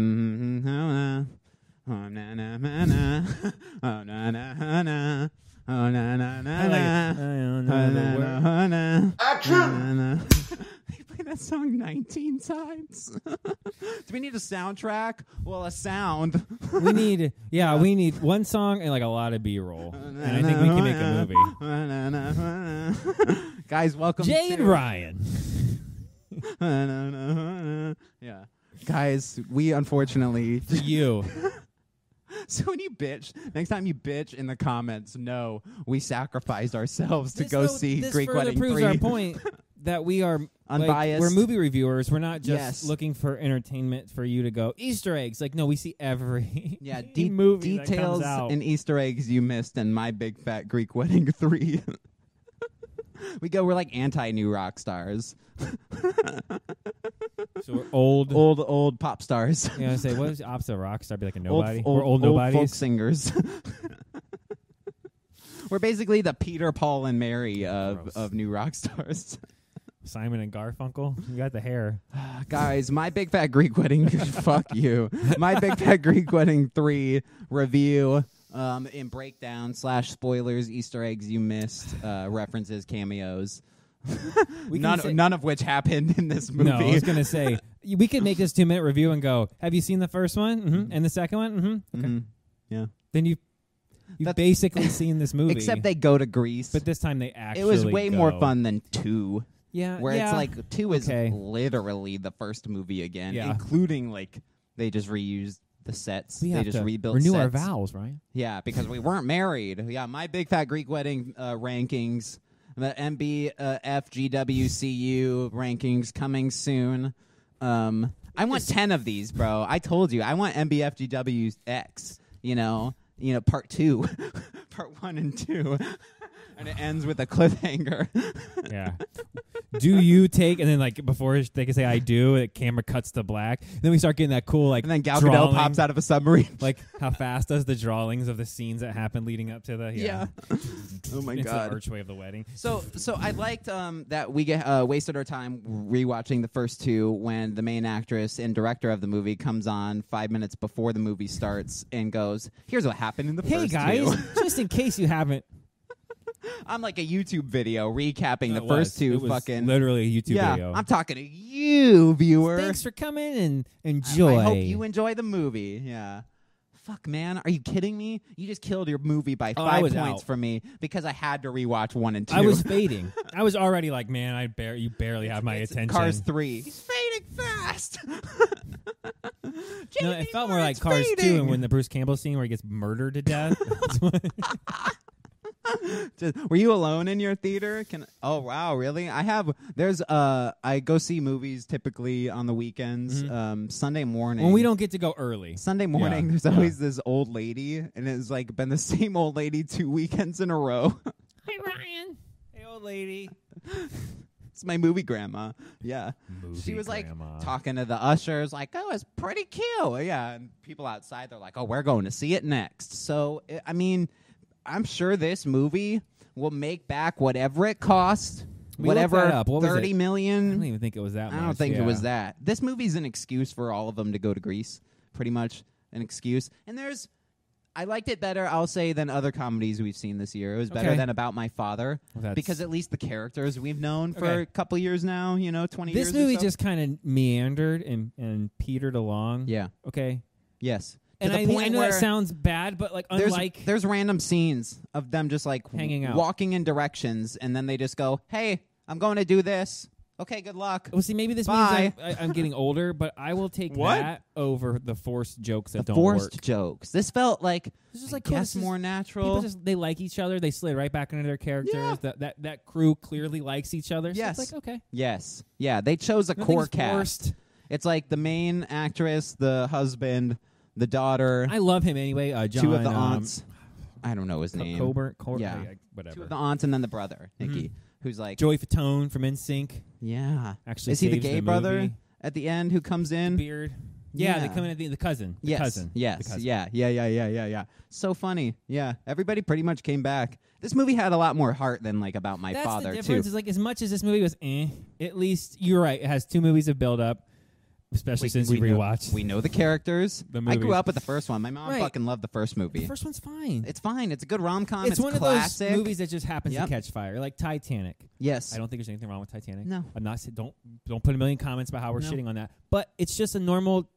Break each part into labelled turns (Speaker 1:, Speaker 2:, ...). Speaker 1: Mhm,
Speaker 2: Mm-hmm.
Speaker 1: oh, na. Oh, na, na, na, na. Oh, na, na, na, na. Oh, na, na, na, na.
Speaker 2: don't
Speaker 1: Oh, na,
Speaker 2: word.
Speaker 1: na, na.
Speaker 3: Action!
Speaker 1: Na, na. They play that song 19 times. Do we need a soundtrack? Well, a sound.
Speaker 2: we need yeah, we need one song and like a lot of B roll. And I think we can make a movie.
Speaker 1: movie. Guys, welcome
Speaker 2: Jay and
Speaker 1: to
Speaker 2: Ryan.
Speaker 1: yeah. Guys, we unfortunately
Speaker 2: For you.
Speaker 1: so when you bitch, next time you bitch in the comments, no, we sacrificed ourselves to
Speaker 2: This,
Speaker 1: go
Speaker 2: though-
Speaker 1: see
Speaker 2: this
Speaker 1: Greek
Speaker 2: further
Speaker 1: Wedding
Speaker 2: proves
Speaker 1: 3.
Speaker 2: our point that we are like,
Speaker 1: Unbiased.
Speaker 2: we're movie reviewers. We're not just
Speaker 1: Yes.
Speaker 2: looking for entertainment for you to go Easter eggs. Like no, we see every
Speaker 1: Yeah, de-
Speaker 2: movie that comes
Speaker 1: details
Speaker 2: out.
Speaker 1: and Easter eggs you missed in my big fat Greek wedding three. we go, we're like anti new rock stars,
Speaker 2: so we're old.
Speaker 1: old old pop stars,
Speaker 2: You know, say what was the opposite of rock star? Be like a
Speaker 1: old
Speaker 2: nobody.
Speaker 1: old,
Speaker 2: we're old,
Speaker 1: folk
Speaker 2: nobodies.
Speaker 1: singers. we're basically the Peter, Paul, and Mary of
Speaker 2: Gross.
Speaker 1: of new rock stars.
Speaker 2: Simon and Garfunkel. You got the hair.
Speaker 1: Guys, my big fat Greek wedding. fuck you. My big fat Greek wedding three review. Um, in breakdown slash spoilers, Easter eggs you missed, uh, references, cameos,
Speaker 2: We can
Speaker 1: none
Speaker 2: say-
Speaker 1: none of which happened in this movie.
Speaker 2: No, I was gonna say we could make this two minute review and go. Have you seen the first one mm-hmm. and the second one? Mm-hmm. Okay.
Speaker 1: Mhm. Yeah.
Speaker 2: Then you you have
Speaker 1: That's-
Speaker 2: basically seen this movie.
Speaker 1: Except they go to Greece.
Speaker 2: but this time they actually.
Speaker 1: it was way
Speaker 2: go.
Speaker 1: more fun than two,
Speaker 2: Yeah,
Speaker 1: where
Speaker 2: yeah.
Speaker 1: it's like two is
Speaker 2: Okay.
Speaker 1: literally the first movie again,
Speaker 2: Yeah.
Speaker 1: including like they just reused the sets.
Speaker 2: we
Speaker 1: they
Speaker 2: have
Speaker 1: just
Speaker 2: to
Speaker 1: rebuilt
Speaker 2: renew our
Speaker 1: sets.
Speaker 2: vows, right?
Speaker 1: Yeah, because we weren't married. Yeah, my big fat Greek wedding uh, rankings, the MB uh, FGWCU rankings coming soon. Um, I want ten of these, bro. I told you, I want MBFGWX. You know, you know, part two, part one and two, and it ends with a cliffhanger.
Speaker 2: Yeah. do you take and then like before they can say I do, the camera cuts to black. Then we start getting that cool like
Speaker 1: and then Gal
Speaker 2: drawing,
Speaker 1: Gadot pops out of a submarine.
Speaker 2: Like how fast does the drawings of the scenes that happen leading up to the yeah,
Speaker 1: oh my
Speaker 2: into
Speaker 1: god.
Speaker 2: the archway of the wedding.
Speaker 1: So, so I liked um, that we get, uh, wasted our time rewatching the first two when the main actress and director of the movie comes on five minutes before the movie starts and goes, "Here's what happened in the
Speaker 2: Hey
Speaker 1: first
Speaker 2: guys,
Speaker 1: two.
Speaker 2: just in case you haven't,
Speaker 1: I'm like a YouTube video recapping the
Speaker 2: It was-
Speaker 1: first two.
Speaker 2: it was
Speaker 1: fucking
Speaker 2: literally a YouTube
Speaker 1: yeah,
Speaker 2: video.
Speaker 1: I'm talking to you, viewer.
Speaker 2: Thanks for coming and enjoy.
Speaker 1: I hope you enjoy the movie. Yeah. Fuck, man, are you kidding me? You just killed your movie by
Speaker 2: Oh,
Speaker 1: five
Speaker 2: I was
Speaker 1: points
Speaker 2: out.
Speaker 1: for me because I had to rewatch one and two.
Speaker 2: I was fading. I was already like, man, I bar- you barely have my attention.
Speaker 1: Cars three. He's fading fast.
Speaker 2: No, it felt more like Cars too, and when the Bruce Campbell scene where he gets murdered to death. That's what-
Speaker 1: Just- were you alone in your theater? Can oh wow, really? I have. There's uh, I go see movies typically on the weekends. Um, Sunday morning.
Speaker 2: Mm-hmm. when we don't get to go early.
Speaker 1: Sunday morning,
Speaker 2: Yeah,
Speaker 1: there's
Speaker 2: yeah.
Speaker 1: always this old lady, and it's like been the same old lady two weekends in a row.
Speaker 2: Hey Ryan. Hey old lady.
Speaker 1: it's my movie grandma. Yeah. she was like talking to the ushers, like, "Oh, it's pretty cute." Yeah, and people outside they're like, "Oh, we're going to see it next." So, eh, I- I mean, I'm sure this movie will make back whatever it cost,
Speaker 2: We looked
Speaker 1: whatever
Speaker 2: that up. What was
Speaker 1: thirty
Speaker 2: it? I
Speaker 1: million.
Speaker 2: don't even think it was that.
Speaker 1: I don't
Speaker 2: much,
Speaker 1: think
Speaker 2: yeah.
Speaker 1: it was that. This movie's an excuse for all of them to go to Greece, pretty much an excuse. And there's, I liked it better, I'll say, than other comedies we've seen this year. It was better
Speaker 2: Okay.
Speaker 1: than About My Father
Speaker 2: Well, that's-
Speaker 1: because at least the characters we've known for
Speaker 2: Okay.
Speaker 1: a couple years now, you know, twenty.
Speaker 2: This
Speaker 1: years or
Speaker 2: movie
Speaker 1: so.
Speaker 2: just kind of meandered and, and petered along.
Speaker 1: yeah,
Speaker 2: Okay.
Speaker 1: yes. To
Speaker 2: And
Speaker 1: the
Speaker 2: I, mean, I
Speaker 1: point
Speaker 2: know that
Speaker 1: where
Speaker 2: sounds bad, but like
Speaker 1: there's,
Speaker 2: unlike
Speaker 1: there's random scenes of them just like
Speaker 2: Hanging out.
Speaker 1: walking in directions, and then they just go, "Hey, I'm going to do this. Okay, good luck."
Speaker 2: well, see, maybe this
Speaker 1: Bye.
Speaker 2: means I'm, I, I'm getting older, but I will take
Speaker 1: What?
Speaker 2: that over the forced jokes that
Speaker 1: The
Speaker 2: don't
Speaker 1: forced
Speaker 2: work.
Speaker 1: jokes. This felt like
Speaker 2: It's just
Speaker 1: I
Speaker 2: like cool,
Speaker 1: guess
Speaker 2: this is-
Speaker 1: more
Speaker 2: People
Speaker 1: natural.
Speaker 2: just they like each other. They slid right back into their characters.
Speaker 1: Yeah.
Speaker 2: That, that that crew clearly likes each other. So
Speaker 1: Yes.
Speaker 2: it's like okay,
Speaker 1: Yes. Yeah, they chose a
Speaker 2: Nothing's
Speaker 1: core cast.
Speaker 2: forced.
Speaker 1: It's like the main actress, the husband, the daughter,
Speaker 2: I love him anyway. Uh, John,
Speaker 1: two of the
Speaker 2: um,
Speaker 1: aunts. I don't know his
Speaker 2: Co-
Speaker 1: name.
Speaker 2: Coburn, Cor-
Speaker 1: Yeah.
Speaker 2: I- I- whatever.
Speaker 1: Two of the aunts and then the brother,
Speaker 2: Mm-hmm.
Speaker 1: Nikki, who's like
Speaker 2: Joey Fatone from NSYNC,
Speaker 1: Yeah.
Speaker 2: Actually
Speaker 1: Is he the
Speaker 2: saves
Speaker 1: gay
Speaker 2: the
Speaker 1: brother
Speaker 2: movie.
Speaker 1: at the end who comes in?
Speaker 2: beard. Yeah,
Speaker 1: Yeah.
Speaker 2: they come in at the, the cousin. The
Speaker 1: yes.
Speaker 2: cousin.
Speaker 1: Yes.
Speaker 2: The cousin.
Speaker 1: Yeah. Yeah. Yeah. Yeah. Yeah. Yeah. So funny. Yeah. Everybody pretty much came back. This movie had a lot more heart than like about my
Speaker 2: That's
Speaker 1: father
Speaker 2: the
Speaker 1: too.
Speaker 2: difference. Is like as much as this movie was, eh, at least you're right. It has two movies of build up. especially
Speaker 1: Wait,
Speaker 2: since
Speaker 1: we
Speaker 2: you
Speaker 1: know-
Speaker 2: rewatched.
Speaker 1: we know the characters.
Speaker 2: The
Speaker 1: I grew
Speaker 2: movies.
Speaker 1: up with the first one. My mom
Speaker 2: Right.
Speaker 1: fucking loved the first movie.
Speaker 2: the first one's fine.
Speaker 1: it's fine. It's a good rom com. It's,
Speaker 2: it's, one
Speaker 1: classic.
Speaker 2: of those movies that just happens
Speaker 1: Yep.
Speaker 2: to catch fire, like Titanic.
Speaker 1: Yes.
Speaker 2: I don't think there's anything wrong with Titanic.
Speaker 1: No.
Speaker 2: I'm not. sa- Don't don't put a million comments about how we're
Speaker 1: No.
Speaker 2: shitting on that. But it's just a normal,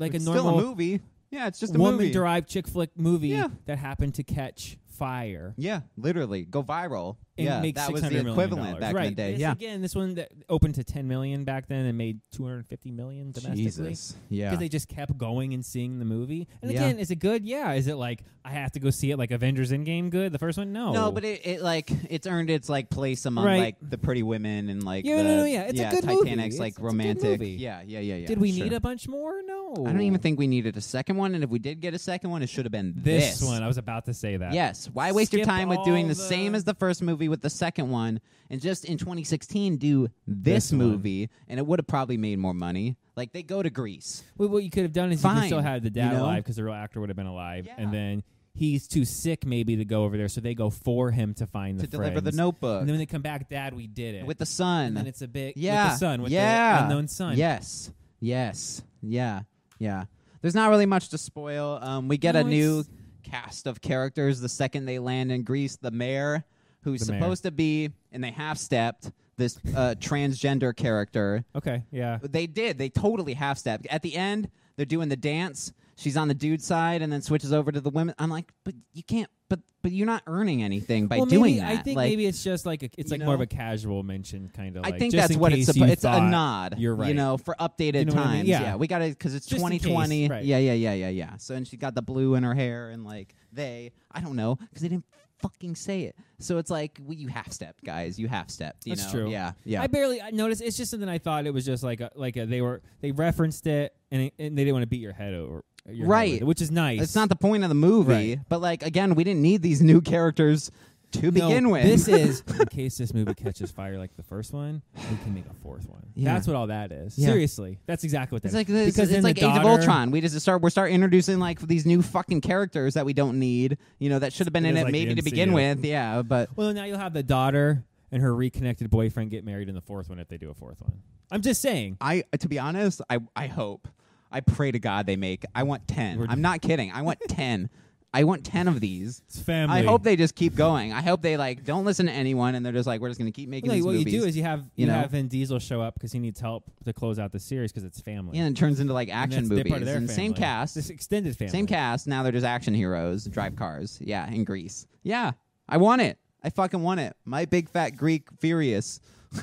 Speaker 2: like
Speaker 1: it's
Speaker 2: a normal
Speaker 1: still a movie. Yeah, it's just a movie.
Speaker 2: woman-derived chick flick movie
Speaker 1: Yeah.
Speaker 2: that happened to catch fire.
Speaker 1: yeah, literally go viral.
Speaker 2: And
Speaker 1: yeah,
Speaker 2: make
Speaker 1: that was
Speaker 2: 600
Speaker 1: the
Speaker 2: million
Speaker 1: equivalent
Speaker 2: dollars.
Speaker 1: back
Speaker 2: right.
Speaker 1: in the day.
Speaker 2: This-
Speaker 1: Yeah.
Speaker 2: Again, this one that opened to 10 million back then and made 250 million domestically.
Speaker 1: Jesus. Yeah.
Speaker 2: Because they just kept going and seeing the movie. And
Speaker 1: Yeah.
Speaker 2: again, is it good? Yeah. Is it like I have to go see it like Avengers Endgame good? The first one? No.
Speaker 1: No, but it, it like it's earned its like place among
Speaker 2: Right.
Speaker 1: like the pretty women and like
Speaker 2: Yeah,
Speaker 1: the,
Speaker 2: no, no, yeah, it's a good movie.
Speaker 1: Titanic's
Speaker 2: It's-
Speaker 1: like
Speaker 2: it's a good
Speaker 1: romantic.
Speaker 2: movie.
Speaker 1: Yeah, yeah, yeah, yeah.
Speaker 2: did we
Speaker 1: sure.
Speaker 2: need a bunch more? No.
Speaker 1: I don't even think we needed a second one, and if we did get a second one, it should have been
Speaker 2: this, one. I was about to say that.
Speaker 1: Yes. Why waste your
Speaker 2: Skip
Speaker 1: time with doing
Speaker 2: all
Speaker 1: the,
Speaker 2: the-
Speaker 1: same as the first movie with the second one, and just in 2016 do this,
Speaker 2: This one.
Speaker 1: movie, and it would have probably made more money. Like they go to Greece.
Speaker 2: Well, what you could have done is you could still
Speaker 1: Fine,
Speaker 2: had the
Speaker 1: you
Speaker 2: dad alive 'cause
Speaker 1: know?
Speaker 2: alive because the real actor would have been alive,
Speaker 1: Yeah.
Speaker 2: and then he's too sick maybe to go over there, so they go for him to find
Speaker 1: to
Speaker 2: the
Speaker 1: deliver the
Speaker 2: friends.
Speaker 1: notebook
Speaker 2: And then when they come back, Dad, we did it
Speaker 1: with the sun.
Speaker 2: And then it's a big
Speaker 1: yeah.
Speaker 2: with the sun, with
Speaker 1: yeah.
Speaker 2: the unknown son.
Speaker 1: Yes. Yes. Yeah. Yeah. There's not really much to spoil. Um, we get
Speaker 2: No,
Speaker 1: a new
Speaker 2: it's-
Speaker 1: cast of characters the second they land in Greece. The mayor, who's
Speaker 2: The mayor.
Speaker 1: supposed to be, and they half stepped this uh, transgender character.
Speaker 2: Okay. Yeah.
Speaker 1: They did. They totally half stepped. At the end, they're doing the dance. She's on the dude side and then switches over to the women. I'm like, but you can't. But but you're not earning anything by
Speaker 2: well,
Speaker 1: doing
Speaker 2: maybe,
Speaker 1: that.
Speaker 2: I think
Speaker 1: Like,
Speaker 2: maybe it's just like a, it's
Speaker 1: you
Speaker 2: like more of
Speaker 1: know?
Speaker 2: a casual mention kind of.
Speaker 1: I
Speaker 2: Like,
Speaker 1: think
Speaker 2: just
Speaker 1: that's
Speaker 2: in
Speaker 1: what
Speaker 2: case
Speaker 1: it's.
Speaker 2: you
Speaker 1: supposed. it's a
Speaker 2: thought
Speaker 1: nod.
Speaker 2: You're right.
Speaker 1: You know, for updated
Speaker 2: You know what I
Speaker 1: times.
Speaker 2: mean?
Speaker 1: Yeah.
Speaker 2: Yeah.
Speaker 1: we got to because it's
Speaker 2: Just in case,
Speaker 1: 2020.
Speaker 2: right.
Speaker 1: Yeah, yeah, yeah, yeah, yeah. So and she got the blue in her hair and like they. I don't know because they didn't fucking say it. So it's like well, you half stepped, guys. You half stepped. You
Speaker 2: That's
Speaker 1: know?
Speaker 2: true.
Speaker 1: Yeah, yeah.
Speaker 2: I barely I noticed. It's just something I thought it was just like a, like a, they were they referenced it and, it, and they didn't want to beat your head over your head
Speaker 1: Right.
Speaker 2: with it, which is nice.
Speaker 1: It's not the point of the movie,
Speaker 2: Right.
Speaker 1: but like again, we didn't need these new characters to
Speaker 2: No,
Speaker 1: begin with.
Speaker 2: This is in case this movie catches fire like the first one, we can make a fourth one.
Speaker 1: Yeah.
Speaker 2: That's what all that is.
Speaker 1: Yeah.
Speaker 2: Seriously, that's exactly what that
Speaker 1: It's
Speaker 2: is.
Speaker 1: like this,
Speaker 2: because
Speaker 1: it's
Speaker 2: then
Speaker 1: like
Speaker 2: the
Speaker 1: Age of
Speaker 2: daughter-
Speaker 1: Ultron. We just start we start introducing like these new fucking characters that we don't need. You know that should have been
Speaker 2: It
Speaker 1: in
Speaker 2: is
Speaker 1: it
Speaker 2: like the
Speaker 1: maybe to begin
Speaker 2: MCU.
Speaker 1: with. Yeah, but
Speaker 2: Well, now you'll have the daughter and her reconnected boyfriend get married in the fourth one if they do a fourth one. I'm just saying.
Speaker 1: I to be honest, I I hope I pray to God they make. I want 10
Speaker 2: We're-
Speaker 1: I'm not kidding. I want ten. I want ten of these.
Speaker 2: It's family.
Speaker 1: I hope they just keep going. I hope they like don't listen to anyone and they're just like we're just gonna keep making
Speaker 2: Like,
Speaker 1: these
Speaker 2: what
Speaker 1: movies.
Speaker 2: you do is you have
Speaker 1: you
Speaker 2: you,
Speaker 1: know?
Speaker 2: have Vin Diesel show up because he needs help to close out the series because it's family.
Speaker 1: yeah, and it turns into like
Speaker 2: And
Speaker 1: action
Speaker 2: that's- they're
Speaker 1: movies
Speaker 2: part of their
Speaker 1: and same
Speaker 2: family.
Speaker 1: cast.
Speaker 2: this extended family.
Speaker 1: Same cast. Now they're just action heroes, drive cars. Yeah, in Greece. Yeah, I want it. I fucking want it. My big fat Greek furious.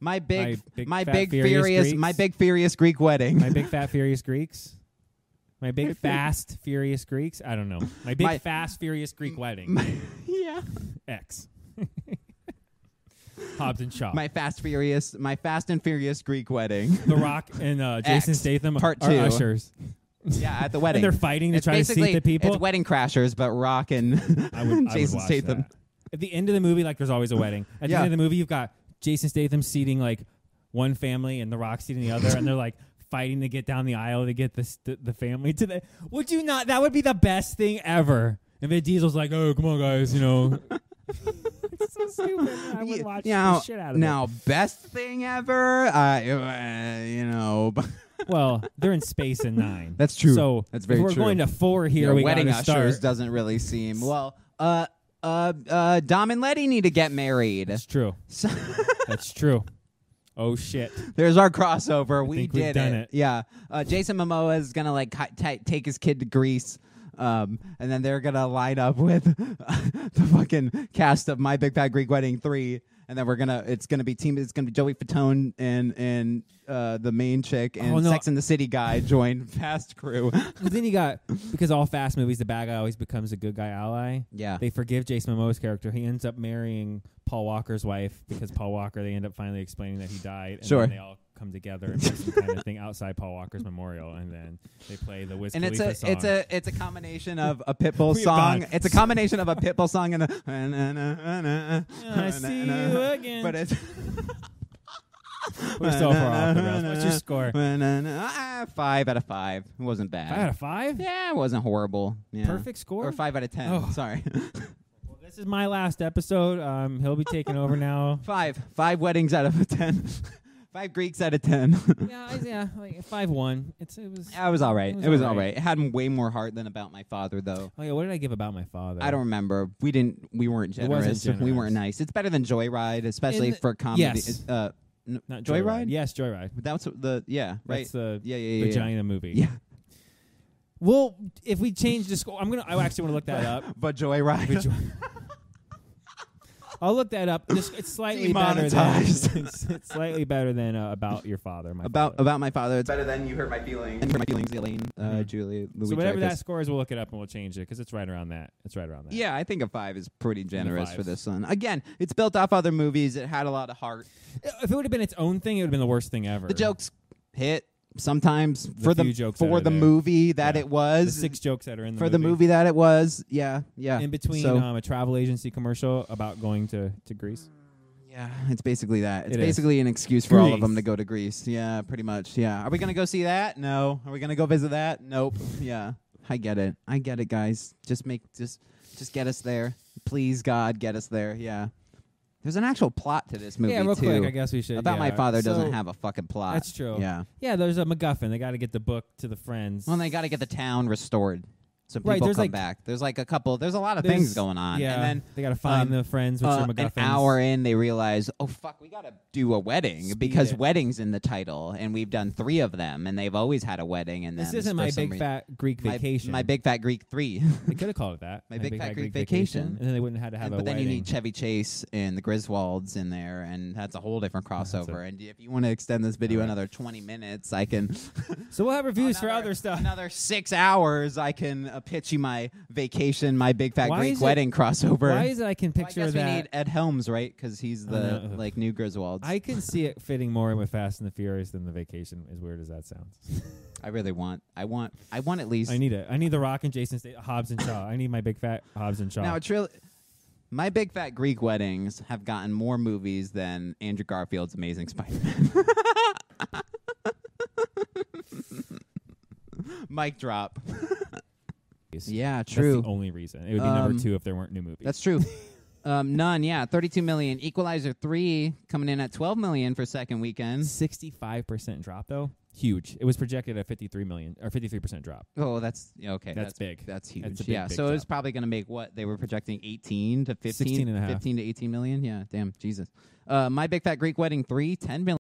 Speaker 1: my big,
Speaker 2: My big
Speaker 1: my
Speaker 2: fat
Speaker 1: big
Speaker 2: furious
Speaker 1: furious,
Speaker 2: Greeks.
Speaker 1: my big furious Greek wedding.
Speaker 2: My big fat furious Greeks. My big fast furious Greeks. I don't know. My big
Speaker 1: My-
Speaker 2: fast furious Greek wedding.
Speaker 1: yeah.
Speaker 2: X. Hobbs and Shaw.
Speaker 1: My fast furious, my fast and furious Greek wedding.
Speaker 2: the Rock and uh, Jason
Speaker 1: X,
Speaker 2: Statham
Speaker 1: part
Speaker 2: are
Speaker 1: two.
Speaker 2: ushers,
Speaker 1: yeah, at the wedding.
Speaker 2: and they're fighting to
Speaker 1: It's
Speaker 2: try to
Speaker 1: basically-
Speaker 2: seat the people.
Speaker 1: It's wedding crashers, but Rock and
Speaker 2: I would, I would
Speaker 1: Jason
Speaker 2: watch
Speaker 1: Statham.
Speaker 2: that. At the end of the movie, like there's always a wedding. At the
Speaker 1: Yeah.
Speaker 2: end of the movie, you've got Jason Statham seating like one family and The Rock seating the other, and they're like fighting to get down the aisle to get this the, the family to the. Would you not? That would be the best thing ever. And Vin Diesel's like, "Oh, come on, guys, you know." it's so stupid. I would
Speaker 1: Yeah,
Speaker 2: watch
Speaker 1: now,
Speaker 2: the shit out of it.
Speaker 1: now, best thing ever. Uh, you know,
Speaker 2: Well, they're in space in nine.
Speaker 1: That's true.
Speaker 2: So
Speaker 1: That's very
Speaker 2: if we're
Speaker 1: true.
Speaker 2: going to four here.
Speaker 1: Yeah,
Speaker 2: we
Speaker 1: wedding
Speaker 2: gotta
Speaker 1: ushers
Speaker 2: start.
Speaker 1: doesn't really seem well. Uh, uh, uh, Dom and Letty need to get married.
Speaker 2: That's true.
Speaker 1: So-
Speaker 2: That's true. Oh shit!
Speaker 1: There's our crossover. we
Speaker 2: think
Speaker 1: did
Speaker 2: we've done it.
Speaker 1: Yeah. Uh, Jason Momoa is gonna like ki- ta take his kid to Greece. Um, and then they're gonna line up with the fucking cast of My Big Fat Greek Wedding three, and then we're gonna it's gonna be team it's gonna be Joey Fatone and and uh, the main chick and
Speaker 2: Oh, no.
Speaker 1: Sex and the City guy join Fast Crew.
Speaker 2: But then you got because all fast movies, the bad guy always becomes a good guy ally.
Speaker 1: yeah,
Speaker 2: They forgive Jason Momoa's character. He ends up marrying Paul Walker's wife because Paul Walker. They end up finally explaining that he died. And
Speaker 1: Sure.
Speaker 2: Then they all come together and do some kind of thing outside Paul Walker's memorial, and then they play the Wiz
Speaker 1: and it's
Speaker 2: Khalifa
Speaker 1: a
Speaker 2: song.
Speaker 1: it's a it's a combination of a Pitbull
Speaker 2: We have
Speaker 1: song.
Speaker 2: gone.
Speaker 1: It's a combination of a Pitbull song and a.
Speaker 2: I see you again.
Speaker 1: But it's
Speaker 2: We're so far off the rails. What's your score?
Speaker 1: Ah, five out of five. It wasn't
Speaker 2: Five out
Speaker 1: bad.
Speaker 2: of five.
Speaker 1: Yeah, it wasn't horrible. Yeah.
Speaker 2: Perfect score.
Speaker 1: Or five out of ten.
Speaker 2: Oh.
Speaker 1: Sorry,
Speaker 2: Well, this is my last episode. Um, he'll be taking over now.
Speaker 1: five five weddings out of ten. Five Greeks out of ten.
Speaker 2: yeah, I, yeah, like five one. It's it was.
Speaker 1: I was all right.
Speaker 2: It was
Speaker 1: It was
Speaker 2: all
Speaker 1: all
Speaker 2: right.
Speaker 1: right. It had way more heart than about my father, though.
Speaker 2: Oh yeah, what did I give about my father?
Speaker 1: I don't remember. We didn't. We weren't
Speaker 2: It
Speaker 1: generous.
Speaker 2: wasn't
Speaker 1: We
Speaker 2: generous.
Speaker 1: weren't nice. It's better than Joyride, especially
Speaker 2: In the-
Speaker 1: for comedy.
Speaker 2: yes.
Speaker 1: Uh, n-
Speaker 2: Not
Speaker 1: Joyride?
Speaker 2: Yes, Joyride.
Speaker 1: That's the yeah right.
Speaker 2: That's the
Speaker 1: yeah yeah yeah. yeah.
Speaker 2: vagina movie.
Speaker 1: Yeah,
Speaker 2: Well, if we change the score, I'm gonna. I actually want to look that up.
Speaker 1: but Joyride.
Speaker 2: Vagi- I'll look that up. This- It's slightly better than.
Speaker 1: Demonetized.
Speaker 2: It's, it's slightly better than uh, about your father. My
Speaker 1: about
Speaker 2: father.
Speaker 1: about my father. It's better than you hurt my feelings. And hurt my feelings, Elaine, uh,
Speaker 2: Mhm.
Speaker 1: Julie, Louis.
Speaker 2: so whatever that
Speaker 1: Dreyfus.
Speaker 2: score is, we'll look it up and we'll change it because it's right around that. It's right around that.
Speaker 1: Yeah, I think a five is pretty generous for
Speaker 2: fives.
Speaker 1: this one. Again, it's built off other movies. It had a lot of heart.
Speaker 2: If it would have been its own thing, it would have been the worst thing ever.
Speaker 1: The jokes hit sometimes for the
Speaker 2: few jokes that
Speaker 1: for
Speaker 2: are
Speaker 1: the
Speaker 2: there.
Speaker 1: movie that
Speaker 2: Yeah.
Speaker 1: it
Speaker 2: the
Speaker 1: was
Speaker 2: six jokes that are in the
Speaker 1: for
Speaker 2: movie.
Speaker 1: the movie that it was. Yeah, yeah.
Speaker 2: in between
Speaker 1: So,
Speaker 2: um, a travel agency commercial about going to to Greece.
Speaker 1: yeah, it's basically that. It's
Speaker 2: It is.
Speaker 1: basically an excuse for all of them
Speaker 2: Greece.
Speaker 1: to go to Greece. Yeah, pretty much. Yeah. Are we gonna go see that? No. Are we gonna go visit that? Nope. Yeah. I get it. I get it, guys. Just make just just get us there. Please, God, get us there. Yeah. There's an actual plot to this movie
Speaker 2: yeah, real
Speaker 1: too.
Speaker 2: quick, I guess we should.
Speaker 1: About my
Speaker 2: yeah.
Speaker 1: father
Speaker 2: So-
Speaker 1: doesn't have a fucking plot.
Speaker 2: That's true.
Speaker 1: Yeah.
Speaker 2: Yeah, there's a MacGuffin. They got to get the book to the friends.
Speaker 1: Well, and they got to get the town restored. So people
Speaker 2: Right, there's
Speaker 1: come
Speaker 2: like-
Speaker 1: back. There's like a couple. There's a lot of
Speaker 2: There's-
Speaker 1: things going on.
Speaker 2: yeah,
Speaker 1: And then
Speaker 2: they got to find
Speaker 1: um,
Speaker 2: the friends, which
Speaker 1: uh,
Speaker 2: are MacGuffins.
Speaker 1: an hour in, they realize, oh fuck, we got to do a wedding
Speaker 2: Speed
Speaker 1: because
Speaker 2: it.
Speaker 1: weddings in the title, and we've done three of them, and they've always had a wedding. And
Speaker 2: This isn't my big fat Greek vacation.
Speaker 1: My, big fat Greek three.
Speaker 2: They could have called it that.
Speaker 1: My Big Fat Greek Vacation.
Speaker 2: and then they wouldn't have had to have
Speaker 1: And-
Speaker 2: a
Speaker 1: but then
Speaker 2: wedding.
Speaker 1: you need Chevy Chase and the Griswolds in there, and that's a whole different crossover. And if you want to extend this video
Speaker 2: All right.
Speaker 1: another twenty minutes, I can.
Speaker 2: so we'll have reviews for other stuff.
Speaker 1: Another six hours, I can uh, pitch you my vacation, my big fat
Speaker 2: Why
Speaker 1: Greek
Speaker 2: is it-
Speaker 1: wedding crossover.
Speaker 2: Why is it I can
Speaker 1: Well, I
Speaker 2: picture
Speaker 1: guess
Speaker 2: that?
Speaker 1: we need Ed Helms, right? Because he's the
Speaker 2: know.
Speaker 1: like new Griswolds. I,
Speaker 2: I can see it fitting more in with Fast and the Furious than the vacation. As weird as that sounds,
Speaker 1: really want. I want. I want at least.
Speaker 2: I need it. I need The Rock and Jason Statham, Hobbs and Shaw. I need my big fat Hobbs and Shaw.
Speaker 1: now it's really. My big fat Greek weddings have gotten more movies than Andrew Garfield's Amazing Spider-Man. Mic drop. Yeah,
Speaker 2: That's
Speaker 1: true.
Speaker 2: the only reason it would be
Speaker 1: Um,
Speaker 2: number two if there weren't new movies.
Speaker 1: That's true. um, none, yeah. 32 million. Equalizer 3 coming in at 12 million for second weekend.
Speaker 2: sixty-five percent drop though. Huge. It was projected at fifty-three million or fifty-three percent drop.
Speaker 1: Oh, that's yeah, okay.
Speaker 2: That's big.
Speaker 1: That's huge.
Speaker 2: That's a big,
Speaker 1: yeah.
Speaker 2: big
Speaker 1: so it was
Speaker 2: jump.
Speaker 1: probably going to make what they were projecting 18 to 15,
Speaker 2: 16 and a half.
Speaker 1: 15 to 18 million. Yeah, damn. Jesus. Uh, My Big Fat Greek Wedding 3 10 million